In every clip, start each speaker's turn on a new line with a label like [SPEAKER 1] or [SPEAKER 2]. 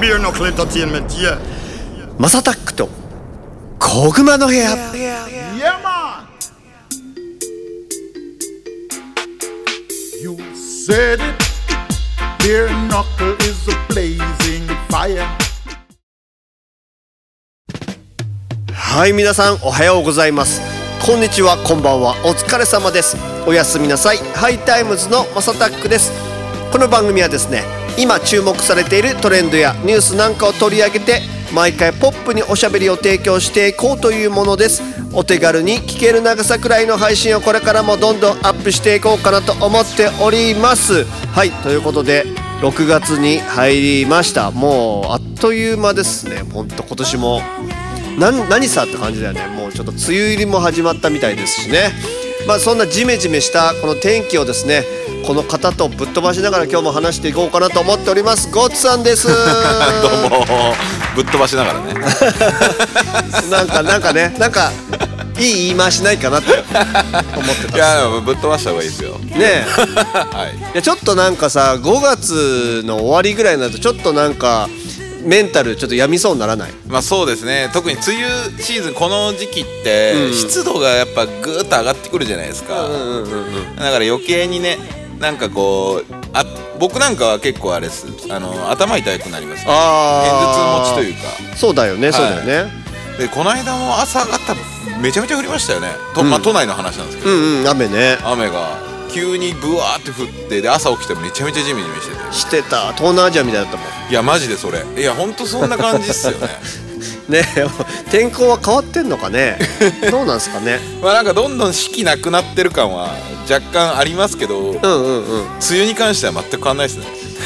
[SPEAKER 1] ビーのクリタティエンメンティエ
[SPEAKER 2] マサタックと小熊の部屋
[SPEAKER 1] イエマン
[SPEAKER 3] You said it. Beer knuckle is a blazing fire.
[SPEAKER 2] はい皆さんおはようございますこんにちはこんばんはお疲れ様ですおやすみなさいハイタイムズのマサタックですこの番組はですね今注目されているトレンドやニュースなんかを取り上げて毎回ポップにおしゃべりを提供していこうというものですお手軽に聞ける長さくらいの配信をこれからもどんどんアップしていこうかなと思っておりますはいということで6月に入りましたもうあっという間ですねほんと今年もなん何さって感じだよねもうちょっと梅雨入りも始まったみたいですしねまあそんなジメジメしたこの天気をですねこの方とぶっ飛ばしながら今日も話していこうかなと思っておりますゴッツさんです どう
[SPEAKER 4] もうぶっ飛ばしながらね
[SPEAKER 2] なんかなんかねなんかいい言い回しないかなって思って
[SPEAKER 4] いやでもぶっ飛ばした方がいいです よ
[SPEAKER 2] ねえ
[SPEAKER 4] はい
[SPEAKER 2] いやちょっとなんかさ5月の終わりぐらいになるとちょっとなんかメンタルちょっと病みそうにならない
[SPEAKER 4] まあそうですね特に梅雨シーズンこの時期って、湿度がやっぱぐーっと上がってくるじゃないですか、だから余計にねなんかこうあ僕なんかは結構あれですあの頭痛くなりますね
[SPEAKER 2] あ
[SPEAKER 4] 片
[SPEAKER 2] ー
[SPEAKER 4] 頭痛持ちというか
[SPEAKER 2] そうだよねそうだよね、
[SPEAKER 4] でこの間も朝方めちゃめちゃ降りましたよねと、まあ都内の話なんですけど、
[SPEAKER 2] うんうん雨ね
[SPEAKER 4] 雨が急にブワーって降ってで朝起きてめちゃめちゃジメジメしてて
[SPEAKER 2] してた東南アジアみたいだったもん
[SPEAKER 4] いやマジでそれいやほんとそんな感じっすよね
[SPEAKER 2] ね え天候は変わってんのか ねどうなんですかね
[SPEAKER 4] まあなんかどんどん四季なくなってる感は若干ありますけど、梅
[SPEAKER 2] うんうんうんね
[SPEAKER 4] 雨に関しては全く変わんないです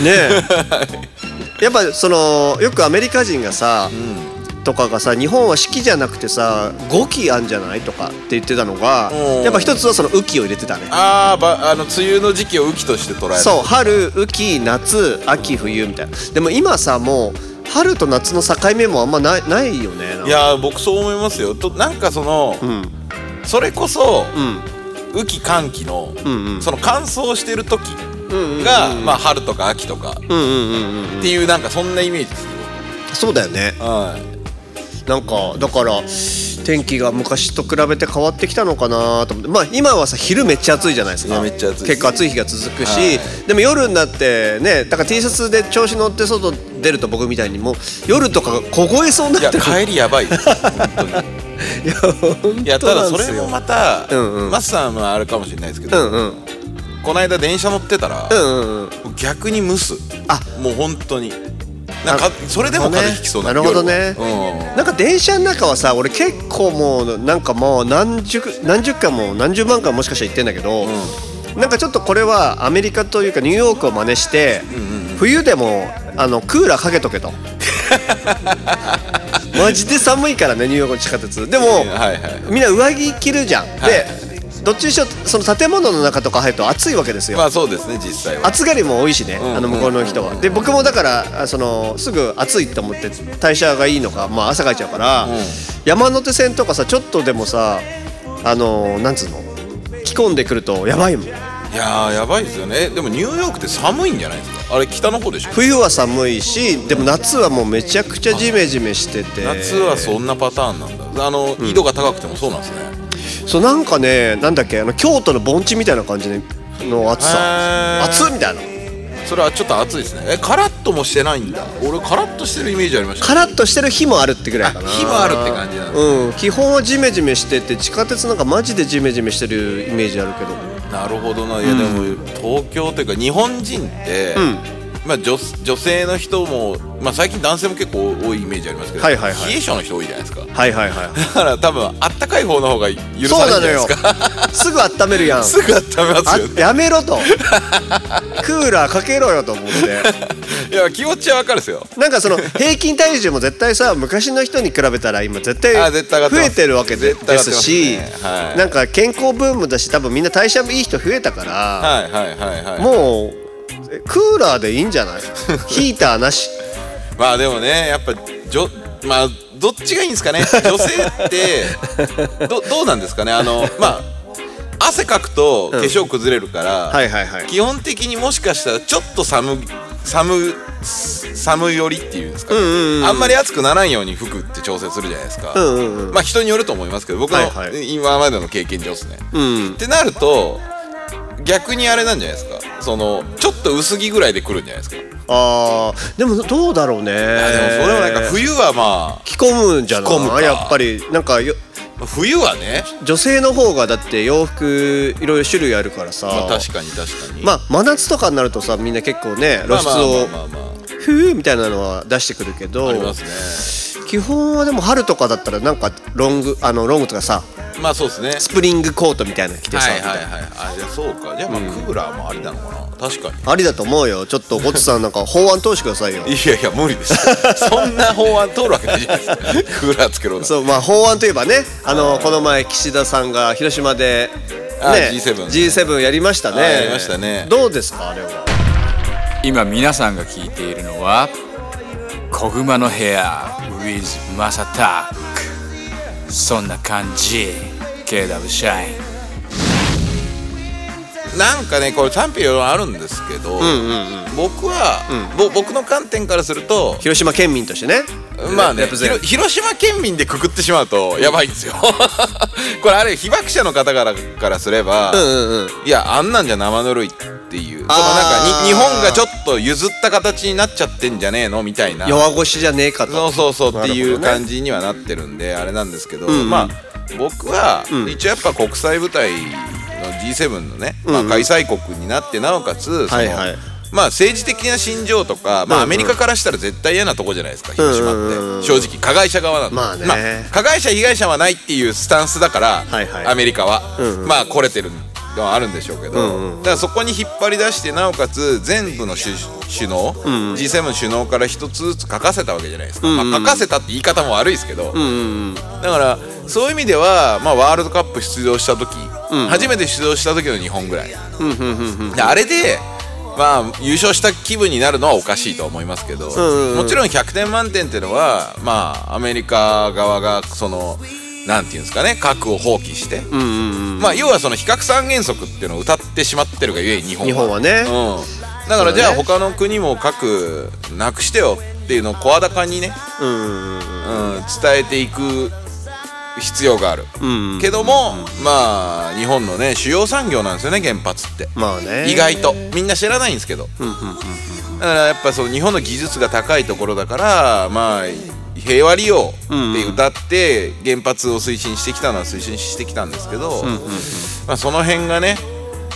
[SPEAKER 4] ね
[SPEAKER 2] えやっぱそのよくアメリカ人がさ、
[SPEAKER 4] う
[SPEAKER 2] とかがさ日本は四季じゃなくてさ五季あんじゃないとかって言ってたのが
[SPEAKER 4] うん
[SPEAKER 2] やっぱ一つはその雨季を入れてたね
[SPEAKER 4] あーばあの梅雨の時期を雨季として捉える
[SPEAKER 2] そう春雨季夏秋冬みたいなでも今さもう春と夏の境目もあんまないないよねなんか
[SPEAKER 4] やー僕そう思いますよとなんかその、
[SPEAKER 2] うん
[SPEAKER 4] それこそ、
[SPEAKER 2] うん
[SPEAKER 4] 雨季寒季の、
[SPEAKER 2] んうん
[SPEAKER 4] その乾燥してる時
[SPEAKER 2] うんうん
[SPEAKER 4] が、まあ春とか秋とかっ
[SPEAKER 2] うんうんうんうん
[SPEAKER 4] ていうなんかそんなイメージですね
[SPEAKER 2] そうだよね
[SPEAKER 4] はい
[SPEAKER 2] なんかだから天気が昔と比べて変わってきたのかなと思ってまあ今はさ昼めっちゃ暑いじゃないです
[SPEAKER 4] い
[SPEAKER 2] か
[SPEAKER 4] やめっちゃ暑いです
[SPEAKER 2] 結構暑い日が続くし、
[SPEAKER 4] はい
[SPEAKER 2] でも夜になってねだから T シャツで調子乗って外出ると僕みたいにもう夜とか凍えそうに
[SPEAKER 4] い
[SPEAKER 2] なっ
[SPEAKER 4] や
[SPEAKER 2] てる
[SPEAKER 4] 帰りや ばいです本当に
[SPEAKER 2] いや本
[SPEAKER 4] いや
[SPEAKER 2] 当
[SPEAKER 4] た
[SPEAKER 2] な
[SPEAKER 4] だ
[SPEAKER 2] んで
[SPEAKER 4] そ
[SPEAKER 2] す
[SPEAKER 4] れ
[SPEAKER 2] よ
[SPEAKER 4] もまた、
[SPEAKER 2] うんうん
[SPEAKER 4] マスさんはあるかもしれないですけ
[SPEAKER 2] う
[SPEAKER 4] ど、
[SPEAKER 2] んうん
[SPEAKER 4] この間電車乗ってたら、
[SPEAKER 2] うんうんうん
[SPEAKER 4] 逆に蒸す
[SPEAKER 2] あ
[SPEAKER 4] もう本当になんかそれでも風邪ひきそうな
[SPEAKER 2] なるほどね
[SPEAKER 4] 夜は
[SPEAKER 2] なんか電車の中はさ俺結構もうなんかもう何十何十回も何十万回もしかしたら行ってんだけど、なんかちょっとこれはアメリカというかニューヨークを真似して、冬でもあのクーラーかけと けとマジで寒いからねニューヨークの地下鉄でも、
[SPEAKER 4] うんはいはい
[SPEAKER 2] みんな上着着るじゃん、
[SPEAKER 4] はい
[SPEAKER 2] でどっちにしろその建物の中とか入ると暑いわけですよ、
[SPEAKER 4] まあそうですね実際は
[SPEAKER 2] 暑がりも多いしね、
[SPEAKER 4] ん
[SPEAKER 2] あの向こうの人は。で僕もだからあそのすぐ暑いと思って代謝がいいのか、まあ、汗かいちゃうから、
[SPEAKER 4] ん
[SPEAKER 2] 山手線とかさちょっとでもさあのなんつうの着込んでくるとやばいもん
[SPEAKER 4] いやーやばいですよねでもニューヨークって寒いんじゃないですかあれ北の方でしょ
[SPEAKER 2] 冬は寒いしでも夏はもうめちゃくちゃジメジメしてて
[SPEAKER 4] 夏はそんなパターンなんだあの緯度が高くてもそうなんですね
[SPEAKER 2] そうなんかねなんだっけあの京都の盆地みたいな感じの暑さ
[SPEAKER 4] へー
[SPEAKER 2] 暑っみたいな
[SPEAKER 4] それはちょっと暑いですねえカラッともしてないんだ俺カラッとしてるイメージありました
[SPEAKER 2] カラッとしてる日もあるってぐらいかな
[SPEAKER 4] 日もあるって感じなんだ
[SPEAKER 2] うん、基本はジメジメしてて地下鉄なんかマジでジメジメしてるイメージあるけど
[SPEAKER 4] なるほどないやでも、東京というか日本人って、まあ、女女性の人も、まあ、最近男性も結構多いイメージありますけど、
[SPEAKER 2] はいはいはい
[SPEAKER 4] 冷え性の人多いじゃないですか
[SPEAKER 2] はいはいはい
[SPEAKER 4] だから多分あったかい方の方が 許されるんじ
[SPEAKER 2] そう
[SPEAKER 4] ゃ
[SPEAKER 2] な
[SPEAKER 4] な
[SPEAKER 2] の
[SPEAKER 4] いで
[SPEAKER 2] よ
[SPEAKER 4] すか
[SPEAKER 2] すぐ温める やん
[SPEAKER 4] すぐ温めます
[SPEAKER 2] あ
[SPEAKER 4] よね
[SPEAKER 2] やめろとクーラーかけろよと思って
[SPEAKER 4] いや気持ちはわかるですよ
[SPEAKER 2] なんかその平均体重も絶対さ昔の人に比べたら今絶対
[SPEAKER 4] あ絶対上がって
[SPEAKER 2] 増
[SPEAKER 4] ます
[SPEAKER 2] えてるわけで
[SPEAKER 4] 絶
[SPEAKER 2] で
[SPEAKER 4] 対上がって
[SPEAKER 2] す
[SPEAKER 4] ます
[SPEAKER 2] し
[SPEAKER 4] ねはい
[SPEAKER 2] なんか健康ブームだし多分みんな代謝もいい人増えたから
[SPEAKER 4] はいはいはいはい
[SPEAKER 2] もうえクーラーでいいんじ ゃないヒーターなし
[SPEAKER 4] まあでもねやっぱじょまあどっちがいいんですかね女性 ってどどうなんですかねあのまあ汗かくと化粧崩れるから、
[SPEAKER 2] はいはいはい
[SPEAKER 4] 基本的にもしかしたらちょっと寒寒す寒いよりっていうんですか、ね
[SPEAKER 2] うんうんうん
[SPEAKER 4] あんまり暑くならんように服って調整するじゃないですか、
[SPEAKER 2] うんうんうん
[SPEAKER 4] まあ人によると思いますけど僕の、
[SPEAKER 2] はいは
[SPEAKER 4] 今までの経験上ですね、
[SPEAKER 2] うん
[SPEAKER 4] ってなると逆にあれなんじゃないですかそのちょっと薄着ぐらいで来るんじゃないですか、
[SPEAKER 2] あーでもどうだろうね
[SPEAKER 4] あでもそれはなんか冬はま
[SPEAKER 2] 着込むんじゃない
[SPEAKER 4] 着込むか
[SPEAKER 2] やっぱりなんかよ
[SPEAKER 4] あ冬はね、
[SPEAKER 2] 女性の方がだって洋服いろいろ種類あるからさ、
[SPEAKER 4] まあ、確かに確かに
[SPEAKER 2] まあ真夏とかになるとさみんな結構ね露
[SPEAKER 4] まあ
[SPEAKER 2] 出
[SPEAKER 4] まあ
[SPEAKER 2] を
[SPEAKER 4] まあまあま
[SPEAKER 2] 「ふう」みたいなのは出してくるけ
[SPEAKER 4] あ
[SPEAKER 2] ど
[SPEAKER 4] あります
[SPEAKER 2] 基本はでも春とかだったらなんかロングあのロングとかさ
[SPEAKER 4] ねまあそうですね
[SPEAKER 2] スプリングコートみたいなの着てさ、
[SPEAKER 4] はい
[SPEAKER 2] みた
[SPEAKER 4] はいい
[SPEAKER 2] な
[SPEAKER 4] はいあじゃあそうかじゃあまあクーラーもありなのかな確かに
[SPEAKER 2] ありだと思うよちょっとゴッツさんなんか法案通してくださいよ
[SPEAKER 4] いやいや無理です そんな法案通るわけないじゃないですかクーラーつけろな
[SPEAKER 2] そうまあ法案といえばねあのこの前岸田さんが広島で、
[SPEAKER 4] あ
[SPEAKER 2] ね、
[SPEAKER 4] G7
[SPEAKER 2] G7 やりましたね
[SPEAKER 4] あやりましたね
[SPEAKER 2] どうですかあれは
[SPEAKER 5] 今皆さんが聞いているのは「小熊の部屋 with マサタック」そんな感じ KW シャイン
[SPEAKER 4] なんかねこれ賛否両論あるんですけど、僕は、ぼ僕の観点からすると
[SPEAKER 2] 広島県民としてね
[SPEAKER 4] まあね
[SPEAKER 2] レプゼン
[SPEAKER 4] 広広島県民でくくってしまうとやばいんですよ これあれ被爆者の方からからすれば、
[SPEAKER 2] うんうんうん
[SPEAKER 4] いやあんなんじゃ生ぬるいっていうそのなん
[SPEAKER 2] あ
[SPEAKER 4] か
[SPEAKER 2] ー
[SPEAKER 4] に日本がちょっと譲った形になっちゃってんじゃねえのみたいな
[SPEAKER 2] 弱腰じゃねえか
[SPEAKER 4] そ
[SPEAKER 2] と
[SPEAKER 4] うそうそうってい
[SPEAKER 2] なるほど
[SPEAKER 4] う
[SPEAKER 2] ね
[SPEAKER 4] 感じにはなってるんであれなんですけど、
[SPEAKER 2] んうん
[SPEAKER 4] まあ僕は
[SPEAKER 2] うん
[SPEAKER 4] 一応やっぱ国際舞台の G7 のね、まあ、開催国になってなおかつそ
[SPEAKER 2] はい
[SPEAKER 4] の
[SPEAKER 2] はい
[SPEAKER 4] まあ政治的な心情とか、ま
[SPEAKER 2] うんうん
[SPEAKER 4] あ、アメリカからしたら絶対嫌なとこじゃないですか広
[SPEAKER 2] うんうんうん
[SPEAKER 4] 島って正直加害者側なんで、
[SPEAKER 2] まあね
[SPEAKER 4] 加害者被害者はないっていうスタンスだから、
[SPEAKER 2] はいはい
[SPEAKER 4] アメリカは、
[SPEAKER 2] うんうん
[SPEAKER 4] まあ来れてるのはあるんでしょうけど、
[SPEAKER 2] うんうんうん
[SPEAKER 4] だからそこに引っ張り出してなおかつ全部の首首脳、
[SPEAKER 2] んうん
[SPEAKER 4] G7 首脳から一つずつ書かせたわけじゃないですか、
[SPEAKER 2] うんうん
[SPEAKER 4] まあ、書かせたって言い方も悪いですけど、
[SPEAKER 2] うんうんうん
[SPEAKER 4] だからそういう意味では、まあ、ワールドカップ出場した時、
[SPEAKER 2] うん
[SPEAKER 4] 初めて出場した時の日本ぐらい、
[SPEAKER 2] うんうんうんうん
[SPEAKER 4] であれで、まあ、優勝した気分になるのはおかしいと思いますけど、
[SPEAKER 2] んうん
[SPEAKER 4] もちろん100点満点っていうのは、まあ、アメリカ側がそのなんていうんですかね核を放棄して、
[SPEAKER 2] うんうんうん
[SPEAKER 4] まあ、要はその比較三原則っていうのを歌ってしまってるがゆえに日本は
[SPEAKER 2] 日本はね
[SPEAKER 4] うん、だからじゃ
[SPEAKER 2] そ
[SPEAKER 4] あ
[SPEAKER 2] うだね
[SPEAKER 4] 他の国も核なくしてよっていうのを声高にね、
[SPEAKER 2] うんうんうん
[SPEAKER 4] うん、伝えていく必要がある、
[SPEAKER 2] うん
[SPEAKER 4] けども、まあ日本のね主要産業なんですよね原発って、
[SPEAKER 2] まあね
[SPEAKER 4] 意外とみんな知らないんですけど、
[SPEAKER 2] うんうんうん
[SPEAKER 4] だからやっぱその日本の技術が高いところだからまあ平和利用って歌って原発を推進してきたのは推進してきたんですけど、まあ、その辺がね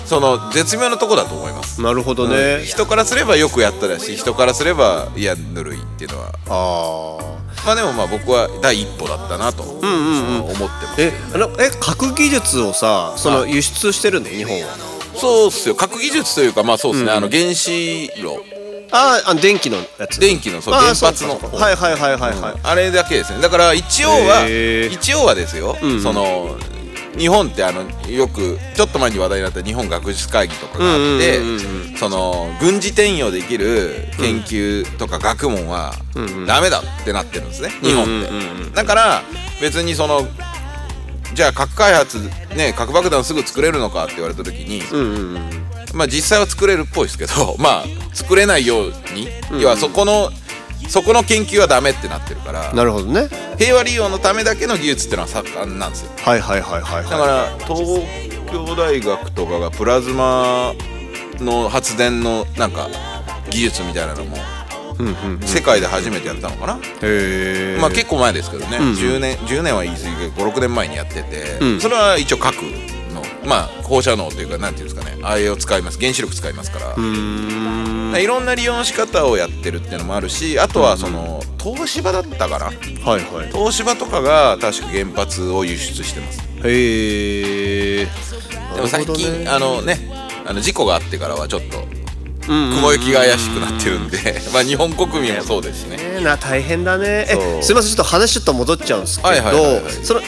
[SPEAKER 4] その絶妙なとこだと思います。
[SPEAKER 2] なるほど
[SPEAKER 4] うん
[SPEAKER 2] ね
[SPEAKER 4] 人からすればよくやったらしい人からすればいやぬるいっていうのは
[SPEAKER 2] ああ
[SPEAKER 4] まあでもまあ僕は第一歩だったなと思ってます
[SPEAKER 2] えあのえ核技術をさその輸出してるんだよ日本は
[SPEAKER 4] そうっすよ核技術というかまあそうですね、あの原子炉
[SPEAKER 2] あーあ電気のやつ
[SPEAKER 4] 電気のそう
[SPEAKER 2] あー
[SPEAKER 4] 原発の
[SPEAKER 2] そうかそうかはいはいはいはいはい
[SPEAKER 4] あれだけですねだから一応は
[SPEAKER 2] へー
[SPEAKER 4] 一応はですよ、
[SPEAKER 2] ん
[SPEAKER 4] その日本ってあのよくちょっと前に話題になった日本学術会議とかがあって、
[SPEAKER 2] うんうんうん
[SPEAKER 4] その軍事転用できる研究とか学問はダメだってなってるんですね、日本って、だから別にそのじゃあ核開発ね核爆弾すぐ作れるのかって言われた時に、
[SPEAKER 2] うんうんうん
[SPEAKER 4] まあ実際は作れるっぽいですけど まあ作れないように、要はそこのそこの研究はダメってなってるから
[SPEAKER 2] なるほどね
[SPEAKER 4] 平和利用のためだけの技術ってのは盛んなんですよ
[SPEAKER 2] はいはいはいはい
[SPEAKER 4] だ
[SPEAKER 2] は
[SPEAKER 4] から東京大学とかがプラズマの発電のなんか技術みたいなのも
[SPEAKER 2] いうんうん
[SPEAKER 4] 世界で初めてやったのかな、
[SPEAKER 2] へえ
[SPEAKER 4] まあ結構前ですけどね、
[SPEAKER 2] んうん
[SPEAKER 4] 10年10年は言い過ぎけど56年前にやってて、
[SPEAKER 2] うん
[SPEAKER 4] それは一応核のまあ放射能というかなんていうんですかねあれを使います原子力使いますから、
[SPEAKER 2] うーん
[SPEAKER 4] いろんな利用の仕方をやってるっていうのもあるしあとはその東芝だったかな
[SPEAKER 2] はいはい
[SPEAKER 4] 東芝とかが確か原発を輸出してます
[SPEAKER 2] へえ
[SPEAKER 4] でも最近、あのねあの事故があってからはちょっと雲
[SPEAKER 2] 雲
[SPEAKER 4] 行きが怪しくなってるんで まあ日本国民もそうですしね
[SPEAKER 2] ねえな大変だね
[SPEAKER 4] そ
[SPEAKER 2] え
[SPEAKER 4] う
[SPEAKER 2] すいませんちょっと話ちょっと戻っちゃうんですけど、
[SPEAKER 4] はいはいはいはい
[SPEAKER 2] その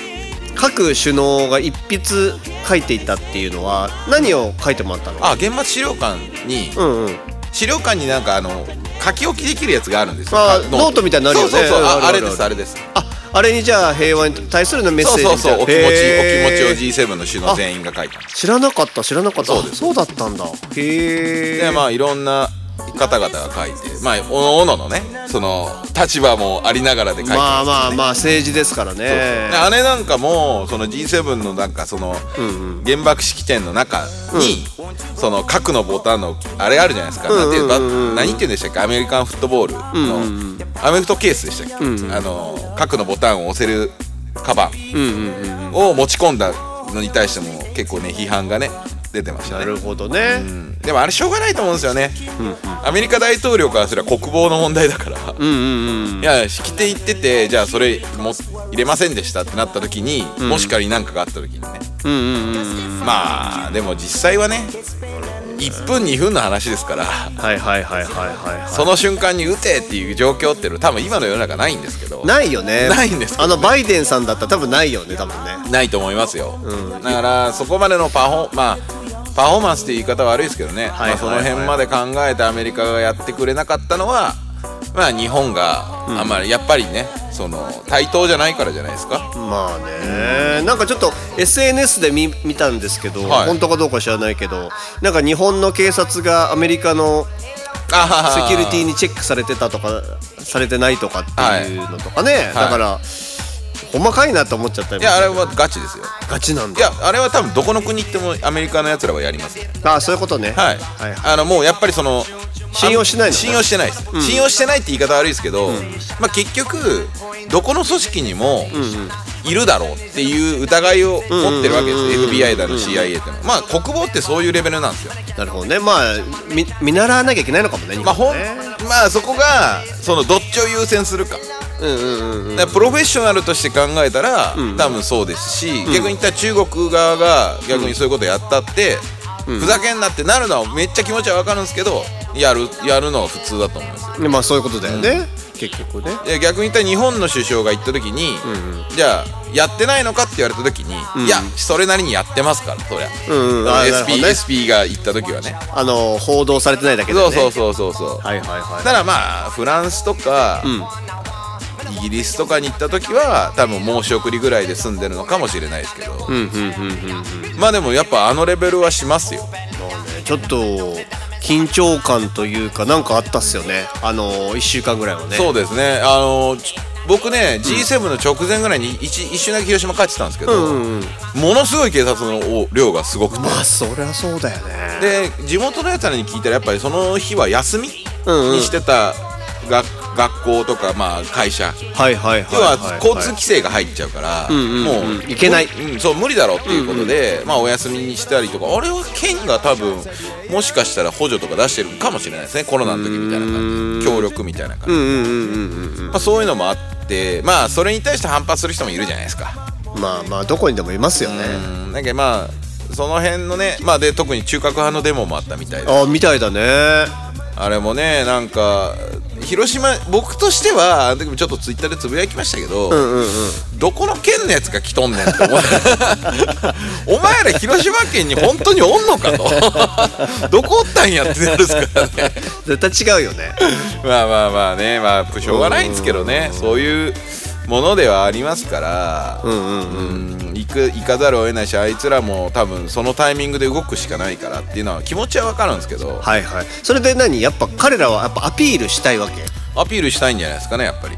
[SPEAKER 2] 各首脳が一筆書いていたっていうのは何を書いてもらったの
[SPEAKER 4] あ原発資料館に
[SPEAKER 2] うんうん
[SPEAKER 4] 資料館になんかあの書き置きできるやつがあるんですよ
[SPEAKER 2] あ
[SPEAKER 4] あ
[SPEAKER 2] ノートみたいになるよね
[SPEAKER 4] そうそうそう
[SPEAKER 2] ある
[SPEAKER 4] あ
[SPEAKER 2] あ
[SPEAKER 4] あ
[SPEAKER 2] る
[SPEAKER 4] れですあれです
[SPEAKER 2] ああれにじゃあ平和に対するのメッ
[SPEAKER 4] そう
[SPEAKER 2] セージ
[SPEAKER 4] そ
[SPEAKER 2] み
[SPEAKER 4] うそう
[SPEAKER 2] たいな
[SPEAKER 4] お気持ち
[SPEAKER 2] へー
[SPEAKER 4] お気持ちを G7 の首脳全員が書いたんです
[SPEAKER 2] 知らなかった知らなかった
[SPEAKER 4] そうです
[SPEAKER 2] そうだったんだへえ
[SPEAKER 4] でまあいろんな方々が書いてまあおのおののねその立場もありながらで書いてますけどね
[SPEAKER 2] まあまあまあ政治ですから
[SPEAKER 4] そう
[SPEAKER 2] ね
[SPEAKER 4] で姉なんかもその G7 のなんかその原爆式典の中に、その核のボタンのあれあるじゃないですか、なんていうバッ何っていうんでしたっけアメリカンフットボールの、アメフトケースでしたっけ、あの核のボタンを押せるカバンを持ち込んだのに対しても結構ね批判がね出てました
[SPEAKER 2] な
[SPEAKER 4] ね。
[SPEAKER 2] るほどね、
[SPEAKER 4] うんでもあれしょうがないと思うんですよね、アメリカ大統領からすれば国防の問題だから、いや式典行っててじゃあそれも入れませんでしたってなった時に、もし仮に何かがあった時にね、まあでも実際はね1分2分の話ですから
[SPEAKER 2] はいはいはいはいはいはい
[SPEAKER 4] その瞬間に撃てっていう状況っていうのは多分今の世の中ないんですけど
[SPEAKER 2] ないよね
[SPEAKER 4] ないんですか
[SPEAKER 2] あのバイデンさんだったら多分ないよね多分ね
[SPEAKER 4] ないと思いますよ、だからそこまでのパフォーまあパフォーマンスって言い方は悪いですけどね、
[SPEAKER 2] はい
[SPEAKER 4] まあ、その辺まで考えてアメリカがやってくれなかったのはまあ日本があんまりやっぱりねその対等じゃないからじゃないですか、
[SPEAKER 2] まあね、なんかちょっと SNS で見見たんですけど、
[SPEAKER 4] はい
[SPEAKER 2] 本当かどうか知らないけどなんか日本の警察がアメリカの
[SPEAKER 4] あ
[SPEAKER 2] セキュリティ
[SPEAKER 4] に
[SPEAKER 2] にチェックされてたとかされてないとかっていうのとかね、だから、細かいなと思っちゃったり
[SPEAKER 4] い
[SPEAKER 2] も
[SPEAKER 4] やあれはガチですよ
[SPEAKER 2] ガチなん
[SPEAKER 4] い
[SPEAKER 2] だ
[SPEAKER 4] やあれは多分どこの国行ってもアメリカのやつらはやりますよ
[SPEAKER 2] あそういうことね、
[SPEAKER 4] はい、
[SPEAKER 2] はい
[SPEAKER 4] あのもうやっぱりその
[SPEAKER 2] 信用しないのね
[SPEAKER 4] 信用してないです、信用してないって言い方悪いですけど、まあ、結局どこの組織にもいるだろうっていう疑いを持ってるわけです、FBI だの CIA ってのはまあ国防ってそういうレベルなんですよ、
[SPEAKER 2] なるほどねまあみ見習わなきゃいけないのかもね日
[SPEAKER 4] まあ、ほ
[SPEAKER 2] 本
[SPEAKER 4] ん
[SPEAKER 2] ね、
[SPEAKER 4] まあそこがそのどっちを優先するか
[SPEAKER 2] うんうんうんうん
[SPEAKER 4] だからプロフェッショナルとして考えたら、多分そうですし、逆に言ったら中国側が逆にそういうことやったって、ふざけんなってなるのはめっちゃ気持ちは分かるんですけどやるやるのは普通だと思いますよ
[SPEAKER 2] でまあそういうことだよね、結局ね
[SPEAKER 4] で逆に言ったら日本の首相が言った時に、じゃあやってないのかって言われた時に、いやそれなりにやってますからそりゃ、
[SPEAKER 2] うんうんあーなるほ
[SPEAKER 4] SP,
[SPEAKER 2] どね
[SPEAKER 4] SP が言った時はね
[SPEAKER 2] あの報道されてないだけで、ね、
[SPEAKER 4] そうそうそうそうそう、
[SPEAKER 2] はいはいはい
[SPEAKER 4] ただまあフランスとか、イギリスとかに行った時は多分申し送りぐらいで済んでるのかもしれないですけど、まあでもやっぱあのレベルはしますよ
[SPEAKER 2] ちょっと緊張感というかなんかあったっすよねあの1週間ぐらいはね
[SPEAKER 4] そうですねあのち僕ね G7 の直前ぐらいに一一瞬だけ広島帰ってたんですけど、ものすごい警察の量がすごくて
[SPEAKER 2] まあそりゃそうだよね
[SPEAKER 4] で地元のやつらに聞いたらやっぱりその日は休みにしてた学学校とか、まあ、会社
[SPEAKER 2] はいはいはい
[SPEAKER 4] 要
[SPEAKER 2] は、
[SPEAKER 4] はい
[SPEAKER 2] はい、
[SPEAKER 4] 交通規制が入っちゃうから、もう
[SPEAKER 2] いけない
[SPEAKER 4] うん、そう無理だろうっていうことで、まあお休みにしたりとかあれは県が多分もしかしたら補助とか出してるかもしれないですねコロナの時みたいな感じ協力みたいな感じ、まあ、そういうのもあってまあそれに対して反発する人もいるじゃないですか、
[SPEAKER 2] まあまあどこにでもいますよね
[SPEAKER 4] うん、なんかまあその辺のねまあで特に中核派のデモもあったみたいで
[SPEAKER 2] あみたいだね
[SPEAKER 4] あれもねなんか広島僕としてはあの時もちょっとツイッターでつぶやきましたけど、どこの県のやつが来とんねんって思ってお前ら広島県に本当におんのかとどこおったんやってなるっすからね
[SPEAKER 2] 絶対違うよね
[SPEAKER 4] まあまあまあねまあしょうがないんですけどねそういうものではありますから、うん行く行かざるを得ないしあいつらも多分そのタイミングで動くしかないからっていうのは気持ちは分かるんですけど
[SPEAKER 2] はいはいそれで何やっぱ彼らはやっぱアピールしたいわけ
[SPEAKER 4] アピールしたいんじゃないですかねやっぱり。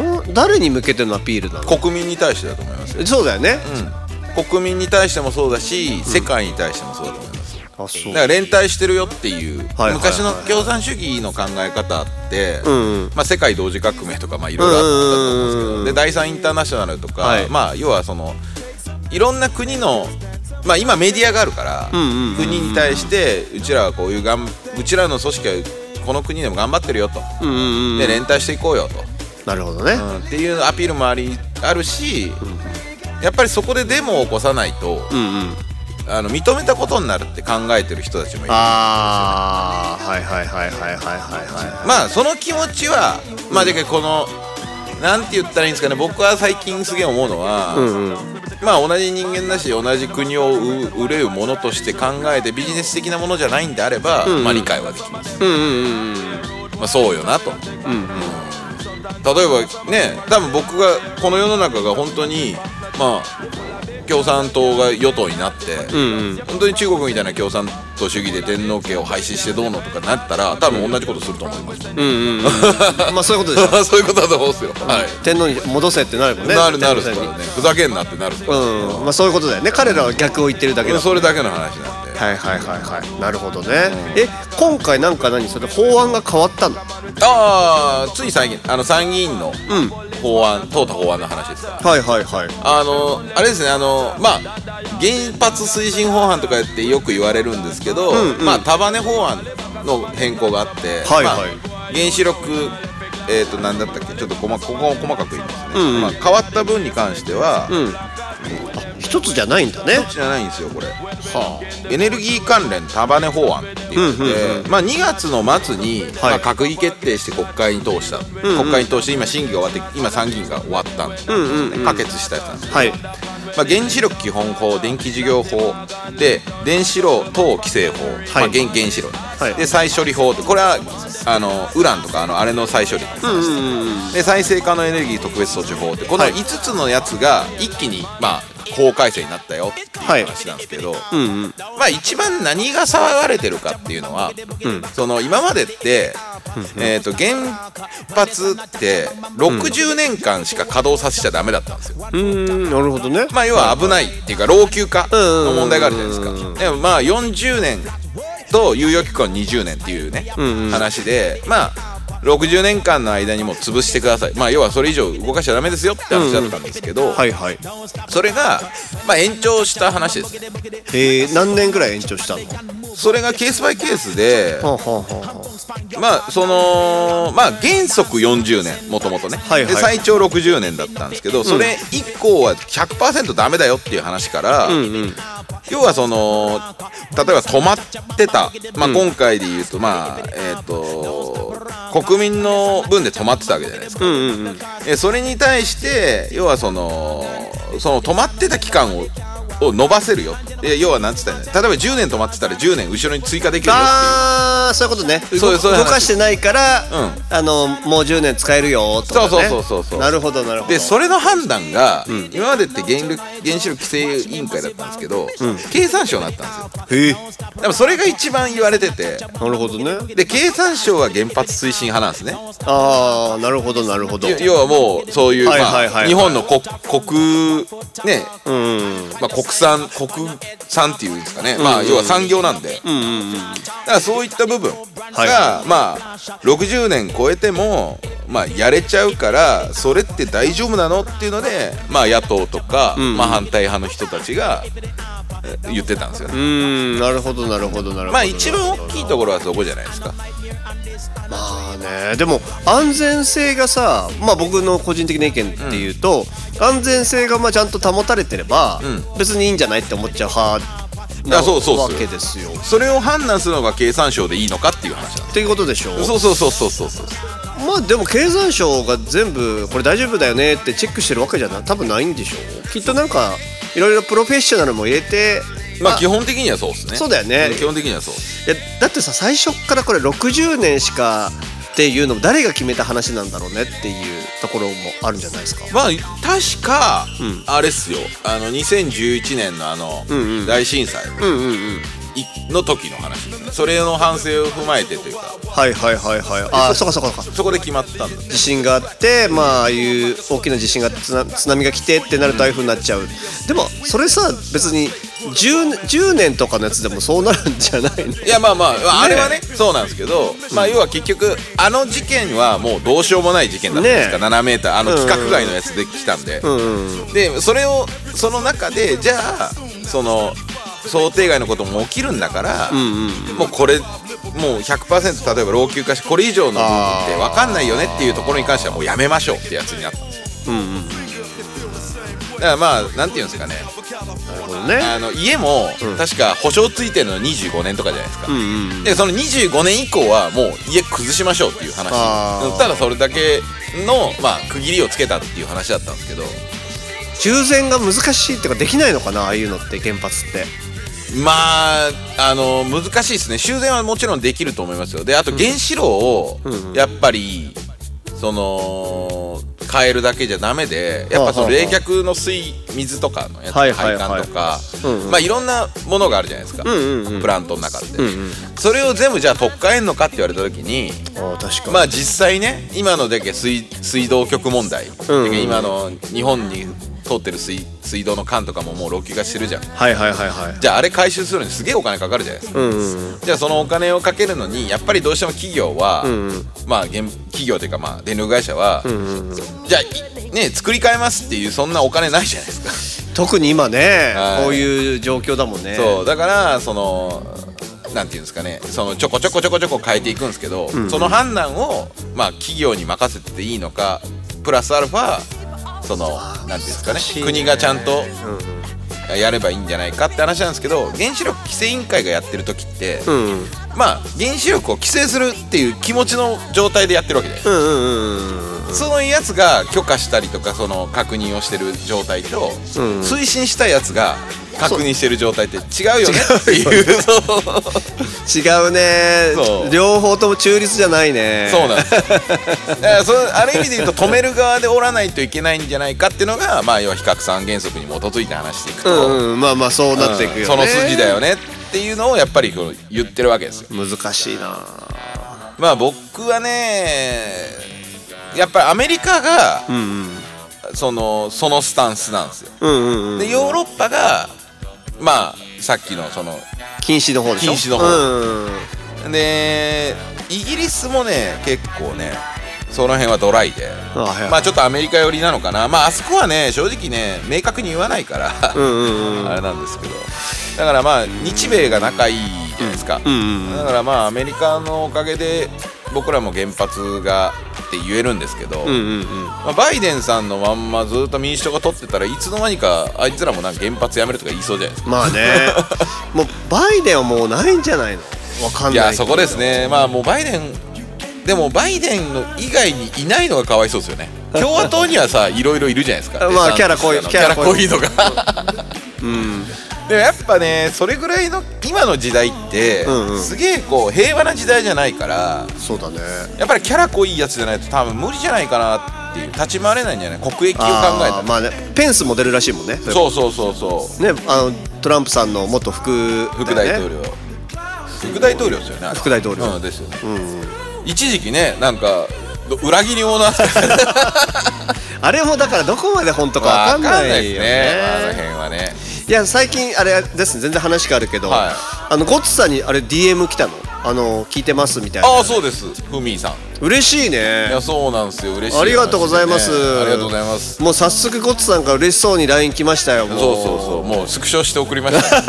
[SPEAKER 2] ん誰に向けてのアピールなの
[SPEAKER 4] 国民に対してだと思いますよ、
[SPEAKER 2] そうだよね、
[SPEAKER 4] 国民に対してもそうだし、世界に対してもそうだと思います
[SPEAKER 2] あそ
[SPEAKER 4] だ
[SPEAKER 2] う
[SPEAKER 4] から連帯してるよっていう、
[SPEAKER 2] はいはい
[SPEAKER 4] 昔の共産主義の考え方って、まあ、世界同時革命とかまあいろいろあったと思うんですけどで第三インターナショナルとか、
[SPEAKER 2] はい
[SPEAKER 4] まあ要はそのいろんな国のまあ今メディアがあるから、国に対してうちらはこういうがんうちらの組織はこの国でも頑張ってるよと、で連帯していこうよと。
[SPEAKER 2] なるほどね、
[SPEAKER 4] うんっていうアピールもありあるし、やっぱりそこでデモを起こさないと、あの認めたことになるって考えてる人たちもいる
[SPEAKER 2] ああはいはいはいはいはいはいはい
[SPEAKER 4] まあその気持ちはまあだけどこのなんて言ったらいいんですかね僕は最近すげえ思うのは、まあ同じ人間だし同じ国をう憂うものとして考えてビジネス的なものじゃないんであれば、まあ理解はできます、まあそうよなと、例えばね多分僕がこの世の中が本当にまあ共産党が与党になって、本当に中国みたいな共産訴主義で天皇家を廃止してどうのとかなったら多分同じことすると思います、
[SPEAKER 2] まあそういうことでしょ
[SPEAKER 4] そういうことだと思うんですよ、はい
[SPEAKER 2] 天皇に戻せってなるもんね
[SPEAKER 4] なるなる
[SPEAKER 2] 天
[SPEAKER 4] です
[SPEAKER 2] 皇さん
[SPEAKER 4] から
[SPEAKER 2] に
[SPEAKER 4] ねふざけんなってなるんですから、
[SPEAKER 2] うんまあそういうことだよね彼らは逆を言ってるだけだ
[SPEAKER 4] それだけの話なんで
[SPEAKER 2] はいはいはいはいなるほどねえ今回なんか何それ法案が変わったのは
[SPEAKER 4] ああつい最近あの参議院の
[SPEAKER 2] ん
[SPEAKER 4] 法案、通った法案の話ですか
[SPEAKER 2] いはいはい
[SPEAKER 4] あのあれですねあのまあ原発推進法案とかってよく言われるんですけど、まあ束ね法案の変更があって、
[SPEAKER 2] はいはい
[SPEAKER 4] まあ原子力えっ、と何だったっけちょっとこまここを細かく言いますね、まあ、変わった分に関しては、
[SPEAKER 2] 一つじゃないんだね
[SPEAKER 4] じゃないんですよこれ、エネルギー関連束ね法案って言って、まあ、2月の末に、
[SPEAKER 2] はい
[SPEAKER 4] まあ、閣議決定して国会に通した、国会に通して今審議が終わって今参議院が終わったんですね、可決したやつなんですけど
[SPEAKER 2] はい
[SPEAKER 4] まあ、原子力基本法電気事業法で電子炉等規制法、まあ、原原子炉、
[SPEAKER 2] い
[SPEAKER 4] で再処理法ってこれはあのウランとかあのあれの再処理の話です、で再生可能エネルギー特別措置法ってこの5つのやつが一気に、まあ、法改正になったよっていう
[SPEAKER 2] はい
[SPEAKER 4] 話なんですけど、
[SPEAKER 2] うんうん
[SPEAKER 4] まあ、一番何が騒がれてるかっていうのは、その今までって、えー、と原発って60年間しか稼働させちゃダメだったんですよ。
[SPEAKER 2] うーんなるほどね
[SPEAKER 4] まあ要は危ないっていうか老朽化の問題があるじゃないですか。でもまあ40年と猶予期間20年っていうね、話でまあ60年間の間にもう潰してくださいまあ要はそれ以上動かしちゃダメですよって話だったんですけど、
[SPEAKER 2] はいはい
[SPEAKER 4] それが、まあ、延長した話です
[SPEAKER 2] えー、何年ぐらい延長したの
[SPEAKER 4] それがケースバイケースで
[SPEAKER 2] はあはあはあはあ
[SPEAKER 4] まあそのまあ原則40年もともとね、
[SPEAKER 2] はいはい
[SPEAKER 4] で最長60年だったんですけどそれ以降は100%ダメだよっていう話から、要はその例えば止まってた、まあ、今回で言うと、まあえっ、と国民の分で止まってたわけじゃないですか、えそれに対して要はそのその止まってた期間をを伸ばせるよえ要はなんつったらいいんだ例えば10年止まってたら10年後ろに追加できるよっていう。
[SPEAKER 2] あーそういうことね
[SPEAKER 4] そう
[SPEAKER 2] 動
[SPEAKER 4] そういう話
[SPEAKER 2] 動かしてないから、
[SPEAKER 4] ん
[SPEAKER 2] あのもう10年使えるよとか、ね、
[SPEAKER 4] そうそうそうそうそう
[SPEAKER 2] なるほどなるほど
[SPEAKER 4] でそれの判断が、今までって原力原子力規制委員会だったんですけど、経産省になったんですよ
[SPEAKER 2] へえ
[SPEAKER 4] でもそれが一番言われてて
[SPEAKER 2] なるほどね
[SPEAKER 4] で経産省は原発推進派なんですね
[SPEAKER 2] ああなるほどなるほど
[SPEAKER 4] 要要はもうそういう、
[SPEAKER 2] はいはいはい
[SPEAKER 4] まあ、日本の国国ね、まあ、国産国産っていうんですかね、まあ要は産業なんで、だからそういった部分が、まあ60年超えてもまあやれちゃうからそれって大丈夫なのっていうのでまあ野党とか、まあ反対派の人たちがえ言ってたんですよ
[SPEAKER 2] う
[SPEAKER 4] ね。
[SPEAKER 2] んなるほどなるほどなるほど
[SPEAKER 4] まあ一番大きいところはそこじゃないですか。
[SPEAKER 2] まあねでも安全性がさまあ僕の個人的な意見っていうと、安全性がまあちゃんと保たれてれば、
[SPEAKER 4] う
[SPEAKER 2] 別にいいんじゃないって思っちゃう派な
[SPEAKER 4] あそうそうそう
[SPEAKER 2] わけですよ
[SPEAKER 4] それを判断するのが経産省でいいのかっていう話なんで
[SPEAKER 2] っていうことでしょ
[SPEAKER 4] す。そうそうそうそうそうそう。
[SPEAKER 2] まあでも経産省が全部これ大丈夫だよねってチェックしてるわけじゃな多分ないんでしょうきっとなんかいろいろプロフェッショナルも入れて
[SPEAKER 4] まあ基本的にはそうですね。
[SPEAKER 2] そうだよね
[SPEAKER 4] ん基本的にはそう。
[SPEAKER 2] いやだってさ最初っからこれ60年しかっていうのも誰が決めた話なんだろうねっていうところもあるんじゃないですか
[SPEAKER 4] まあ確か、あれっすよ。あの2011年のあの大震災いの時の話ですね。それの反省を踏まえてというか、
[SPEAKER 2] はいはいはいはいああそうかそうかそうか
[SPEAKER 4] そこで決まったんだ。
[SPEAKER 2] 地震があってまあああいう大きな地震が津波津波が来てってなるとああいう風になっちゃう、でもそれさ別に 10, 10年とかのやつでもそうなるんじゃないの
[SPEAKER 4] いやまあまあ、あれはねそうなんですけど、まあ要は結局あの事件はもうどうしようもない事件だったんですか、
[SPEAKER 2] ね
[SPEAKER 4] 7メーターあの規格外のやつで来たんで、でそれをその中でじゃあその想定外のことも起きるんだから、もうこれもう100%例えば老朽化してこれ以上の部分って分かんないよねっていうところに関してはもうやめましょうってやつになったんですよ。だからまあなんていうんですかね
[SPEAKER 2] なるほどね
[SPEAKER 4] あの家も確か保証ついてるのは25年とかじゃないですか、でその25年以降はもう家崩しましょうっていう話
[SPEAKER 2] あー
[SPEAKER 4] ただそれだけの、まあ、区切りをつけたっていう話だったんですけど
[SPEAKER 2] 修繕が難しいっていうかできないのかなああいうのって原発って
[SPEAKER 4] まああの難しいですね修繕はもちろんできると思いますよであと原子炉をやっぱり、その変えるだけじゃダメでやっぱその冷却の水水とかのやつ
[SPEAKER 2] はいは
[SPEAKER 4] 配
[SPEAKER 2] いはい
[SPEAKER 4] 管とか
[SPEAKER 2] うんうん
[SPEAKER 4] まあいろんなものがあるじゃないですか
[SPEAKER 2] んうんうん
[SPEAKER 4] プラントの中って
[SPEAKER 2] うんうん
[SPEAKER 4] それを全部じゃあ取っ換えんのかって言われた時に
[SPEAKER 2] ああ確かに
[SPEAKER 4] まあ実際ね今のだけ水水道局問題
[SPEAKER 2] うんうん
[SPEAKER 4] 今の日本に通ってる水水道の管とかももう老朽化してるじゃん
[SPEAKER 2] はいはいはいはい
[SPEAKER 4] じゃああれ回収するのにすげえお金かかるじゃないですか
[SPEAKER 2] うんうん
[SPEAKER 4] じゃあそのお金をかけるのにやっぱりどうしても企業は、
[SPEAKER 2] んうん
[SPEAKER 4] まあ現企業というかまあ電力会社は、
[SPEAKER 2] うんうん
[SPEAKER 4] じゃあいね作り変えますっていうそんなお金ないじゃないですか、
[SPEAKER 2] 特に今ね
[SPEAKER 4] はい
[SPEAKER 2] こういう状況だもんね
[SPEAKER 4] そうだからそのなんていうんですかねそのちょこちょこちょこちょこ変えていくんですけど、その判断をまあ企業に任せてていいのかプラスアルファそのなんていうんですかね
[SPEAKER 2] しいね
[SPEAKER 4] 国がちゃん
[SPEAKER 2] う
[SPEAKER 4] と
[SPEAKER 2] んうん
[SPEAKER 4] やればいいんじゃないかって話なんですけど原子力規制委員会がやってる時って、
[SPEAKER 2] うんうん
[SPEAKER 4] まあ原子力を規制するっていう気持ちの状態でやってるわけで、
[SPEAKER 2] うんうんうん
[SPEAKER 4] そのやつが許可したりとかその確認をしてる状態と、
[SPEAKER 2] ん
[SPEAKER 4] 推進したやつが確認してる状態って違うよねっていう そう
[SPEAKER 2] 違うね
[SPEAKER 4] そう
[SPEAKER 2] 両方とも中立じゃないね
[SPEAKER 4] そうなんで すよだからそのある意味で言うと止める側でおらないといけないんじゃないかっていうのがまあ要は比較三原則に基づいて話していくと、
[SPEAKER 2] うんうんまあまあそうなっていくよ
[SPEAKER 4] う
[SPEAKER 2] ね
[SPEAKER 4] んその筋だよねっていうのをやっぱりこう言ってるわけですよ
[SPEAKER 2] 難しいな
[SPEAKER 4] まあ僕はねやっぱりアメリカが
[SPEAKER 2] うんうん
[SPEAKER 4] そのそのスタンスなんですよ
[SPEAKER 2] うんうんうん
[SPEAKER 4] でヨーロッパがまあさっきのその
[SPEAKER 2] 禁止の方でしょ
[SPEAKER 4] 禁止の方
[SPEAKER 2] うんうん
[SPEAKER 4] でイギリスもね結構ねその辺はドライで
[SPEAKER 2] あはいはい
[SPEAKER 4] まあちょっとアメリカ寄りなのかなまああそこはね正直ね明確に言わないから、
[SPEAKER 2] うんうんうん
[SPEAKER 4] あれなんですけどだからまあ日米が仲いいじゃないですか、
[SPEAKER 2] うんうんうん
[SPEAKER 4] だからまあアメリカのおかげで僕らも原発がって言えるんですけど、
[SPEAKER 2] うんうんうん
[SPEAKER 4] まあ、バイデンさんのまんまずっと民主党が取ってたらいつの間にかあいつらもなんか原発やめるとか言いそうじゃないですか
[SPEAKER 2] まあ ねもうバイデンはもうないんじゃないのわかんない
[SPEAKER 4] い
[SPEAKER 2] けど
[SPEAKER 4] やそこですねまあもうバイデンでもバイデンの以外にいないのがかわいそうで すよね共和党にはさいろいろいるじゃないですか
[SPEAKER 2] まあ
[SPEAKER 4] デサンティスとかの
[SPEAKER 2] キャラ濃い
[SPEAKER 4] キャラ濃いのが
[SPEAKER 2] うん
[SPEAKER 4] でもやっぱねそれぐらいの今の時代って、
[SPEAKER 2] うんうん
[SPEAKER 4] すげえこう平和な時代じゃないから
[SPEAKER 2] そうだね
[SPEAKER 4] やっぱりキャラ濃いやつじゃないと多分無理じゃないかなっていう立ち回れないんじゃない国益を考えた
[SPEAKER 2] あ
[SPEAKER 4] ら
[SPEAKER 2] ーまあねペンスも出るらしいもんね
[SPEAKER 4] そうそうそうそう
[SPEAKER 2] ねあのトランプさんの元副
[SPEAKER 4] 副大
[SPEAKER 2] 領
[SPEAKER 4] 統領、副大統領ですよねあれ
[SPEAKER 2] 副大統領
[SPEAKER 4] うんですよね
[SPEAKER 2] うんうん
[SPEAKER 4] 一時期ねなんかど裏切り者扱い
[SPEAKER 2] あれもだからどこまで本当かわかんないよ
[SPEAKER 4] わかんないで
[SPEAKER 2] ね
[SPEAKER 4] すねあの辺はね
[SPEAKER 2] いや最近あれですね全然話があるけど
[SPEAKER 4] はい
[SPEAKER 2] あのゴッツさんにあれ DM 来たのあの聞いてますみたいな
[SPEAKER 4] ああそうですふみーさん
[SPEAKER 2] 嬉しい
[SPEAKER 4] い
[SPEAKER 2] ね
[SPEAKER 4] やそうなんですよ嬉しい話
[SPEAKER 2] ありがとうございます
[SPEAKER 4] ですねありがとうございます
[SPEAKER 2] もう早速ゴッツさんから嬉しそうに LINE 来ましたよ
[SPEAKER 4] そ
[SPEAKER 2] も
[SPEAKER 4] うそうそうもうスクショして送りま したね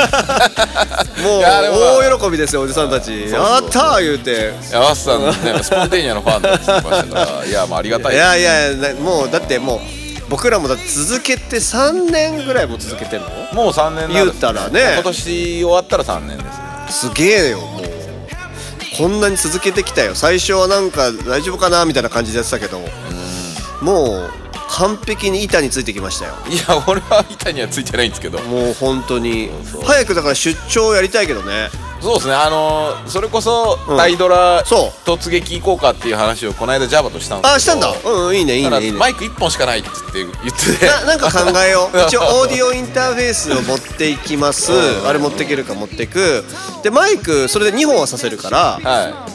[SPEAKER 2] もう
[SPEAKER 4] いやでもまあ
[SPEAKER 2] 大喜びですよおじさんたち
[SPEAKER 4] そうそう
[SPEAKER 2] やったー言うて
[SPEAKER 4] いやワッサンのねスポンテーニアのファンだって言ってましたからいやまあありがたい
[SPEAKER 2] いやいやいやなもうだってもう僕らもだって続けて3年ぐらいも続けてんの
[SPEAKER 4] もう3年なんです
[SPEAKER 2] 言ったらね
[SPEAKER 4] 今年終わったら3年ですね
[SPEAKER 2] すげえよもうこんなに続けてきたよ最初はなんか大丈夫かなみたいな感じでやってたけどもう完璧に板についてきましたよ
[SPEAKER 4] いや俺は板にはついてないんですけど
[SPEAKER 2] もう本当に
[SPEAKER 4] そうそう
[SPEAKER 2] 早くだから出張やりたいけどね
[SPEAKER 4] そうですねあのーそれこそ
[SPEAKER 2] うん
[SPEAKER 4] タイドラ
[SPEAKER 2] そう
[SPEAKER 4] 突撃行こうかっていう話をこの間ジャバとしたんですけど
[SPEAKER 2] あしたんだうんいいねいい
[SPEAKER 4] ただ
[SPEAKER 2] ねいいね
[SPEAKER 4] マイク1本しかないって言って言ってて
[SPEAKER 2] ななんか考えよう一応
[SPEAKER 4] うん
[SPEAKER 2] オーディオインターフェースを持っていきます
[SPEAKER 4] うん
[SPEAKER 2] あれ持っていけるか持っていくでマイクそれで2本はさせるから
[SPEAKER 4] は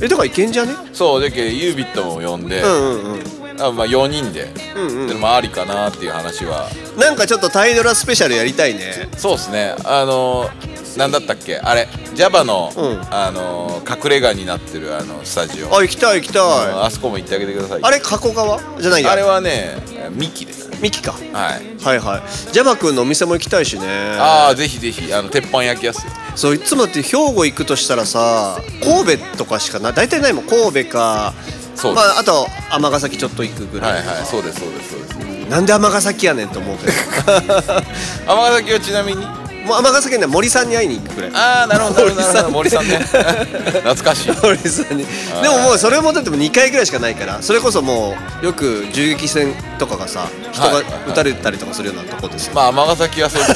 [SPEAKER 2] えだからいけんじゃね
[SPEAKER 4] い、そうだけどユービットも呼んで、
[SPEAKER 2] うんうんうん
[SPEAKER 4] あまあ4人で、
[SPEAKER 2] うんうん
[SPEAKER 4] でもありかなっていう話は
[SPEAKER 2] なんかちょっとタイドラスペシャルやりたいね
[SPEAKER 4] そうですねあのなんだったっけあれ JAVA の、
[SPEAKER 2] うん
[SPEAKER 4] あの隠れ家になってるあのスタジオ
[SPEAKER 2] あ行きたい行き
[SPEAKER 4] あの
[SPEAKER 2] たい
[SPEAKER 4] あそこも行ってあげてください
[SPEAKER 2] あれ加古川じゃないや
[SPEAKER 4] あれはねミキです
[SPEAKER 2] ミキか
[SPEAKER 4] はい
[SPEAKER 2] はいはいジャバ君のお店も行きたいしね
[SPEAKER 4] ああぜひぜひあの鉄板焼きやすい
[SPEAKER 2] そういつもだって兵庫行くとしたらさ神戸とかしかない大体ないもん神戸か
[SPEAKER 4] そうで
[SPEAKER 2] ますあ、あと尼崎ちょっと行くぐら、
[SPEAKER 4] はいいはいそうですそうですそうです尼
[SPEAKER 2] なんで尼崎やねんと思うけど
[SPEAKER 4] 崎はちなみに
[SPEAKER 2] もう尼崎には森さんに会いに行くぐらい
[SPEAKER 4] ああなるほどなるほどなるほど
[SPEAKER 2] 森
[SPEAKER 4] 森
[SPEAKER 2] さ
[SPEAKER 4] さ
[SPEAKER 2] ん
[SPEAKER 4] ん
[SPEAKER 2] ね
[SPEAKER 4] ね 懐かしい
[SPEAKER 2] 森さんにでももうそれもだっても2回ぐらいしかないからそれこそもうよく銃撃戦とかがさ人が
[SPEAKER 4] はいはいはい
[SPEAKER 2] 撃たれたりとかするようなとこですよ、
[SPEAKER 4] まあ尼崎はそういうこ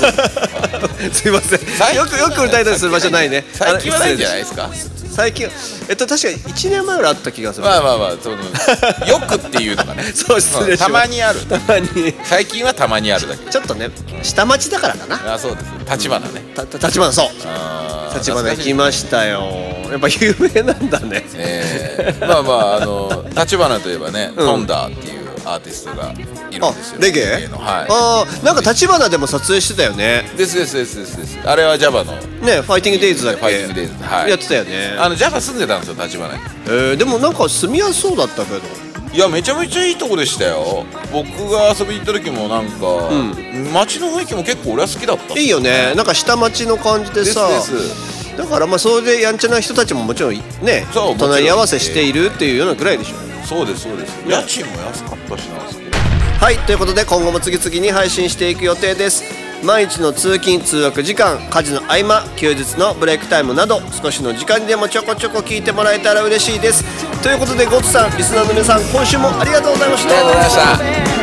[SPEAKER 4] と です
[SPEAKER 2] すいません
[SPEAKER 4] 最近
[SPEAKER 2] よくよく撃たれたりする場所ないね
[SPEAKER 4] 最近はないんじゃない
[SPEAKER 2] あ
[SPEAKER 4] ですか
[SPEAKER 2] 失礼最近えっと確か1年前ぐらいあった気がする、
[SPEAKER 4] まあまあまあそのよくっていうのがね
[SPEAKER 2] そう 失礼しました
[SPEAKER 4] たまにある
[SPEAKER 2] たまに
[SPEAKER 4] 最近はたまにあるだけ
[SPEAKER 2] ちょっとね下町だからかな
[SPEAKER 4] あそうです立花ね
[SPEAKER 2] たた立花そう
[SPEAKER 4] あー
[SPEAKER 2] 立花行き
[SPEAKER 4] 懐かしい
[SPEAKER 2] ましたよやっぱ有名なんだね
[SPEAKER 4] ええまあまああの立花といえばね、トンダーっていうアーティストがいるんですよ
[SPEAKER 2] レゲ
[SPEAKER 4] レ
[SPEAKER 2] エ
[SPEAKER 4] のは
[SPEAKER 2] ああなんか立花でも撮影してたよね
[SPEAKER 4] いですですですですですあれは Java の
[SPEAKER 2] ねファイティングデイズだっけ
[SPEAKER 4] ファイティングデイズはい
[SPEAKER 2] やってたよね
[SPEAKER 4] あの Java 住んでたんですよ立花に
[SPEAKER 2] えーでもなんか住みやすそうだったけど
[SPEAKER 4] いやめちゃめちゃいいとこでしたよ僕が遊びに行った時もなんか、街の雰囲気も結構俺は好きだった
[SPEAKER 2] いいよねなんか下町の感じで
[SPEAKER 4] です
[SPEAKER 2] さ
[SPEAKER 4] です
[SPEAKER 2] だからまあそれでやんちゃな人たちももちろんね
[SPEAKER 4] そうもちろん
[SPEAKER 2] 隣り合わせしているっていうようなぐらいでしょ
[SPEAKER 4] そうですそうです家賃も安かったしなんですけど
[SPEAKER 2] はいということで今後も次々に配信していく予定です毎日の通勤通学時間家事の合間休日のブレイクタイムなど少しの時間にでもちょこちょこ聞いてもらえたら嬉しいですということでゴッツさんリスナーの皆さん今週もありがとうございました
[SPEAKER 4] ありがとうございました